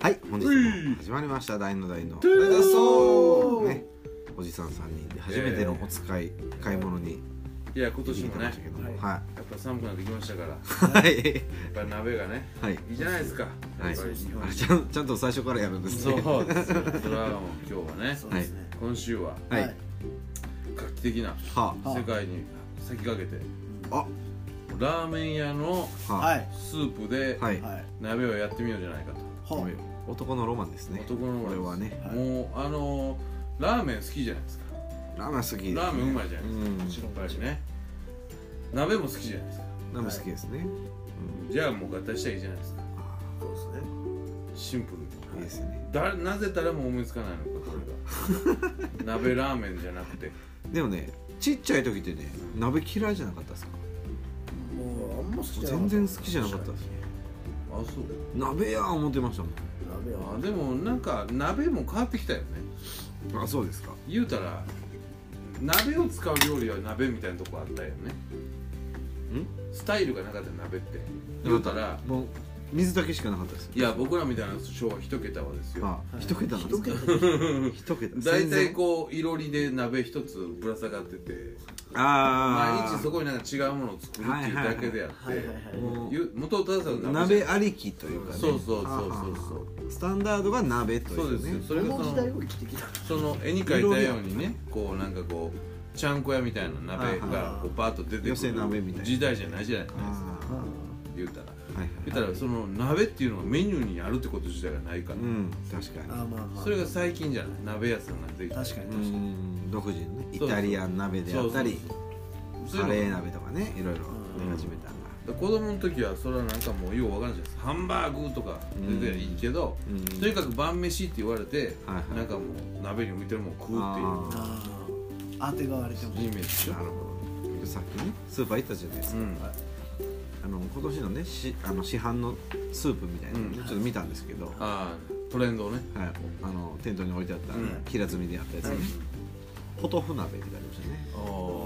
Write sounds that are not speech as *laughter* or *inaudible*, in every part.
はい本日も始まりました第の第のトゥルーラジオそうねおじさん3人で初めてのお使い買い物にいや今行っ年てもきねましたけどもはやっぱ寒くなってきましたからやいはいっぱり鍋がねはいいいじゃないですかはやいっぱり日本あれちゃんちゃんと最初からやるんですそうねはですよそれはもう今日はねそうですね。今週はいはい画期的なはは世界に先駆けてあはラーメン屋のあははいい。スープではいはい。鍋をやってみようじゃないかほう。男のロマンですね男のロマンですこれはねとはいもうあのーラーメン好きじゃないですかラーメン好きですねラーメンうまいじゃないでうんすかやっぱりね鍋も好きじゃないですかラーメン好きですねじゃあもう合体したらいいじゃないですかあそうですね。シンプルにーいいですねだなぜ誰も思いつかないのかこ *laughs* れが鍋ラーメンじゃなくてでもねちっちゃい時ってね鍋嫌いじゃなかったですかもうあんま好きじゃなかった全然好きじゃなかったですあそう鍋やー思ってましたも鍋あは。でもなんか鍋も変わってきたよねんあそうですか言うたら鍋を使う料理は鍋みたいなとこあったよねんスタイルがなかったよ鍋って言うたらもう水だけしかなかったですいや僕らみたいな昭和一桁はですよあ一桁なんですか一桁。一桁大体うこういろりで鍋一つぶら下がってて毎ああ日そこになんか違うものを作るっていうだけであっはいはいはい。もて元を正さんうのじゃない鍋ありきというかねそうそうそうそうそううスタンダードが鍋といそううですよねそそれがのそ時代のを生きてきた。その絵に描いたようにねこうなんかこうちゃんこ屋みたいな鍋がこうバーッと出てく寄せ鍋みたいるな時代じゃないじゃないですかあ言うたらーはい言はいうたらその鍋っていうのがメニューにあるってこと自体がないからうん確かあーまあまあ。それが最近じゃない鍋屋さんができて確かににう確かに。ん独自のねイタリアン鍋であったりそうカレいうーの鍋とかねいろいろ出始めたんだ子供の時はそれはなんかもうようわからんじゃないですかハンバーグとか全然いいけどうんとにかく晩飯って言われてはいはいなんかもう鍋に向いてるもん食うっていうあああ。当てがわれても。イメージでーしょなるほどさっきねスーパー行ったじゃないですかうんあの今年のねしあの市販のスープみたいなのねうんちょっと見たんですけど、はい、あートレンドをねあの店頭に置いてあった、うん平積みであったやつね、ポトフ鍋って書いてありましあ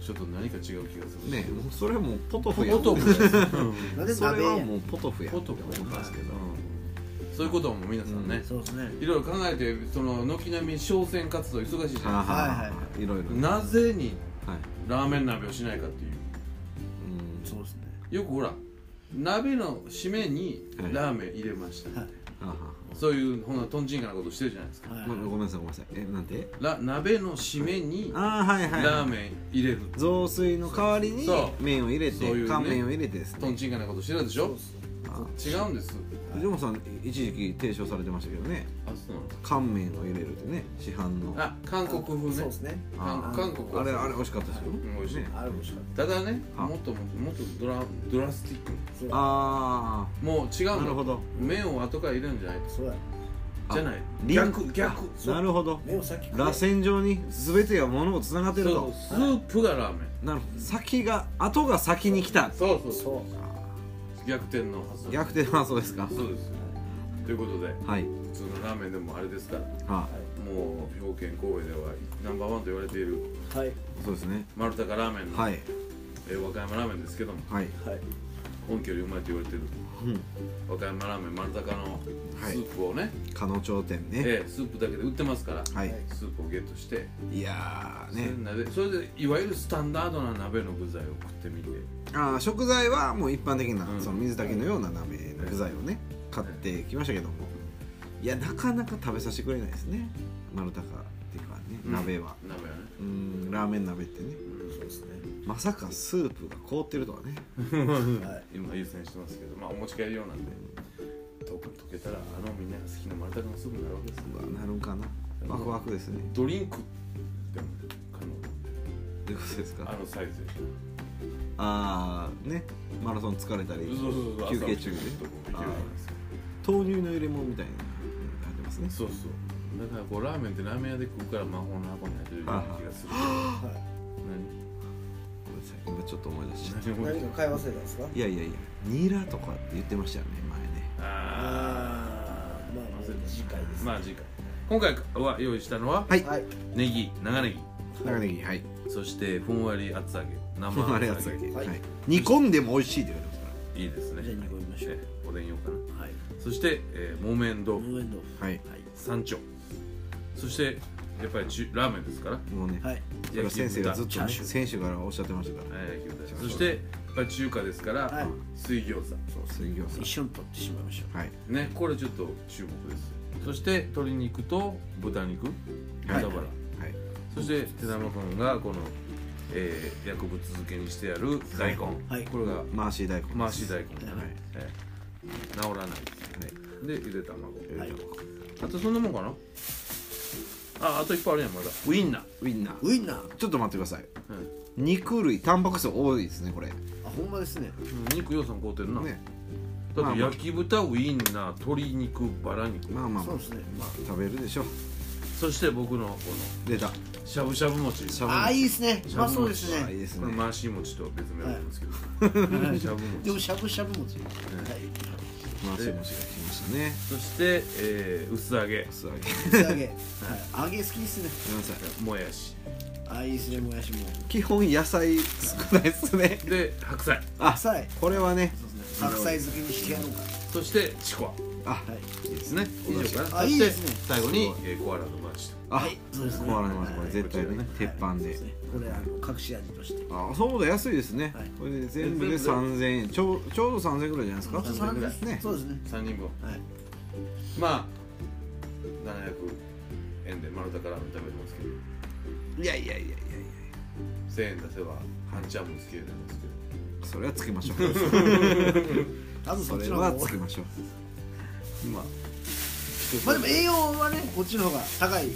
ーちょっと何か違う気がするたねねもうそれはもうポトフやポんトフですうんなん *laughs* でそれ鍋はや。もうポトフやんポってト思フったんですけど、うんそういうことも皆さんねそうですね。いろいろ考えてその軒並み商戦活動忙しいじゃはなあはあはいはいいろいろいねなぜにはいラーメン鍋をしないかっていううんそうですね。よくほら鍋の締めにはいラーメン入れましたみたいな、はあはそういうほんなとんちんかなことしてるじゃないですかはいあはいごめんなさいごめんなさいえなんでラ鍋の締めにああはいはい、はい、ラーメン入れる雑炊の代わりにそう麺を入れて、そういうね乾麺を入れてですとんねちんかなことしてるでしょあー違うんです藤本さん一時期提唱されてましたけどねあそうなの乾麺を入れるってね市販のあ韓国風ねそうですね。あー韓国はあれあれ美味しかったですよ、うん美味しいねあるもしかただねあもっともっともっとドラドラスティックそうや。あもう違うあのなるほど麺を後から入れるんじゃないそうや。じゃないあ逆逆なるほど目を先くれ。螺旋状に全てが物をつながってるそうとスープがラーメンなるほど先が後が先に来たそうそうそうそう。逆転の発想逆転はそうですかそうですということではい普通のラーメンでもあれですからあもう兵庫県神戸ではナンバーワンと言われているはいそうですね丸高ラーメンの、はいえー和歌山ラーメンですけどもはいはい。本家よりうまいと言われているうん和歌山ラーメン丸高のスはいープをね、加納頂点ねえースープだけで売ってますから、はいはいスープをゲットしていやーそれねで鍋それでいわゆるスタンダードな鍋の具材を食ってみてあー食材はもう一般的なうんその水炊きのような鍋の具材をね買ってきましたけどもいやなかなか食べさせてくれないですね丸高っていうかねうん鍋は鍋はね、うんラーメン鍋ってねそうですまさかスープが凍ってるとはねね。はい。今優先してますけどまあお持ち帰り用なんでと溶けたらあのみんなが好きな丸太のスープになるわけですようわなるんかなワクワクですねドリンクでも可能ということですかあのサイズでああねマラソン疲れたりそうそうそう休憩中で朝起きてとこ行けるわけですよ豆乳の入れ物みたいなのが入ってますねそうそうだからこうラーメンってラーメン屋で食うから魔法の箱に入ってるような気がするはい。ごめんなさい今ちょっと思い出しちゃった何何何か買い忘れたんですかいやいやいやニラとかって言ってましたよね前ねあーまあ次回ですねまあ次回今回は用意したのははいはいネギ長ネギ長ネギはいそしてふんわり厚揚げ生あれや厚つだ揚けげははいい煮込んでも美味しいって言われてますからいいですねじゃあ煮込みましょうええおでん用かなはいそして、えー、木綿豆腐無縁豆腐はい山頂そしてやっぱりじゅラーメンですからもうね、はいだから先生がずっと、とねチャーシュー先週からおっしゃってましたから、えー、牛豚そしてやっぱり中華ですから、はい水餃子そう水餃一子緒に取ってしまいましょはいねこれちょっと注目ですそして鶏肉と豚肉豚バラ、はいそして手玉くんがこの、えー、薬物漬けにしてある大根、はいこれがマーシー大根です回し大根だね、はいえー治らないでゆで卵はい、はいあとそんなもんかなああといっぱいあるやんまだウインナーウインナうーウインナーちょっと待ってくださいうん肉類タンパク質多いですねこれあほんまですねうん肉ようさん買うてるな、ねだって焼き豚ウインナー鶏肉バラ肉、まあまあ、まそあうですねま食べるでしょそして僕のこ出たのしゃぶしゃぶ餅しゃぶああーいいですねしゃぶまあそうですあいいねですこれね回し餅とは別名なんですけど、は *laughs* いしゃぶでも餅しゃぶしゃぶ餅はいマーシー餅が来ましたねそして、えー、薄揚げ素揚げご素揚げはい揚げ好きですねめんなさいもやしあーいいですねもやしも基本野菜少ないですねで白菜あ白菜これはねそうですね白菜漬けにしてやろうかそしてちくわあはいですね以上かなあそいしいてですね最後に、えー、コアラのマーチあ、はいそうですねコアラのマーシーこはれい絶対ねはい鉄板で、はいそうすねこれあの隠し味としてあそうだ安いですね、はいこれで全部で3000円ちょうちょうど3000円ぐらいじゃないですかあそれぐらいねそうですねと3人分はいまあ700円で丸高ラーメン食べてますけどいやいやいやいやい1000円出せば半チャーもつけれるんですけどやそれはつけましょう多 *laughs* 分そそっちれの方はがつけましょう今まあでも栄養はねこっちの方が高いと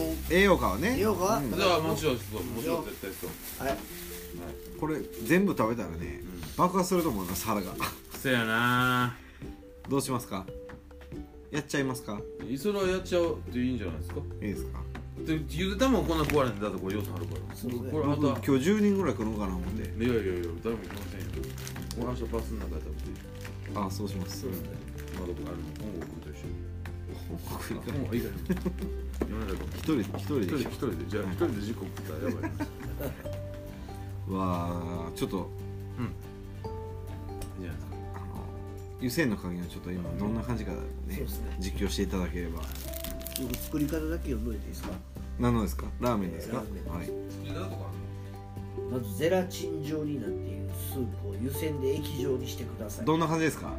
思う栄養価はね栄養価はうんだからもちろんそうもちろん絶対そうはいこれ全部食べたらね、ん爆発すると思います腹がせやなどうしますかやっちゃいますかぁそれはやっちゃうっていいんじゃないですかいいですかでゆで卵こんな壊れんだってこれ要素あるからそうねこれま僕今た日10人ぐらい来るのかな思っていやいやいや誰も来ませんよこの人バスの中で食べていいあそうします、そうですねまあどこかあるの本国と一緒に僕あ本国いいか世の中一人一人で行一人でき一ま人でじゃあはい一人で事故起きたらやばいなすわあちょっといいじゃないですかあの湯煎の加減をちょっと今どんな感じかねそうですね実況していただければ僕作り方だけ覚えていいですか何のですかラーメンですか、えーラーメンはいまずゼラチン状になっているスープを湯煎で液状にしてくださいどんな感じですか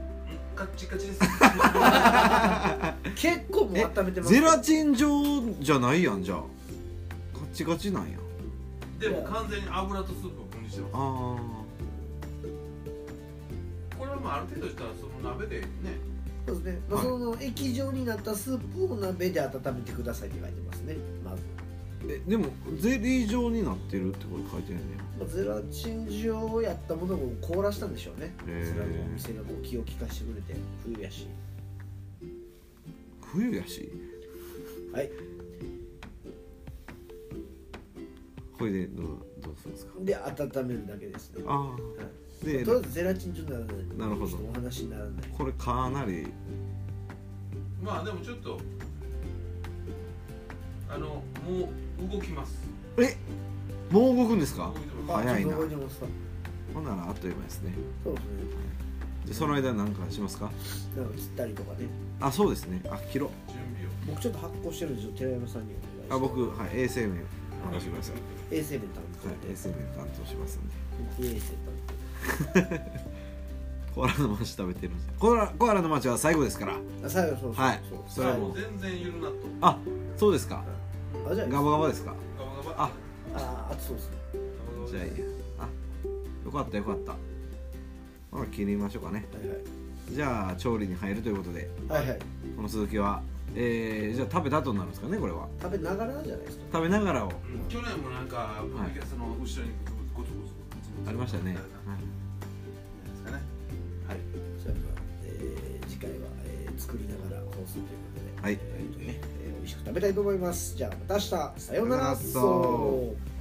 カッチカチです *laughs* 結構もう温めてますゼラチン状じゃないやんじゃあガッチガチなんやでも完全に油とスープを分離してまあすこれはまあある程度したらその鍋でねそうですね、まあ、はいその液状になったスープを鍋で温めてくださいって書いてますねまず、ーえでもゼリー状になってるってこれ書いてるねまあ、ゼラチン状やったものを凍らしたんでしょうねそへれーはもうお店がこう気を利かしてくれて冬やし冬やしはいこれでどうどうするんですかで温めるだけですねああでとりあえずゼラチン状にならないなるほどちょっとお話にならないこれかなりまあでもちょっとあのもう動きますえもう動くんです動かいてま早いなちょっと覚えてますかほんならあっという間ですねそうですでその間何かしますかねなんか切ったりとかねあそうですねあ切ろうす準備を僕ちょっと発酵してるんでちょっと寺山さんにお願いしてあ僕はい ASM お願いしてください衛生面担当はでい ASM 担当しますんで僕衛生担コアラのマシ食べてるんですコアラコアラのマシは最後ですから当あ最後そうそうはいそうそれはもう全然ゆるなとあそうですかあじゃあガバガバですかガバガバあああとそうですねガバガバじゃあいいやあよかったよかったまあ切りましょうかねじゃあ調理に入るということではいはいはいはいこの続きはえー、じゃあ食べた後になるんですかねこれは食べながらじゃないですか食べながらをうん去年もなんかポッドキャストの後ろにゴツゴツゴツゴツゴツありましたね、はなんですかねはいそれでは、えー、次回は、えー、作りながら放送ということではいえーとねえー美味しく食べたいと思いますじゃあまた明日さようならさようならそう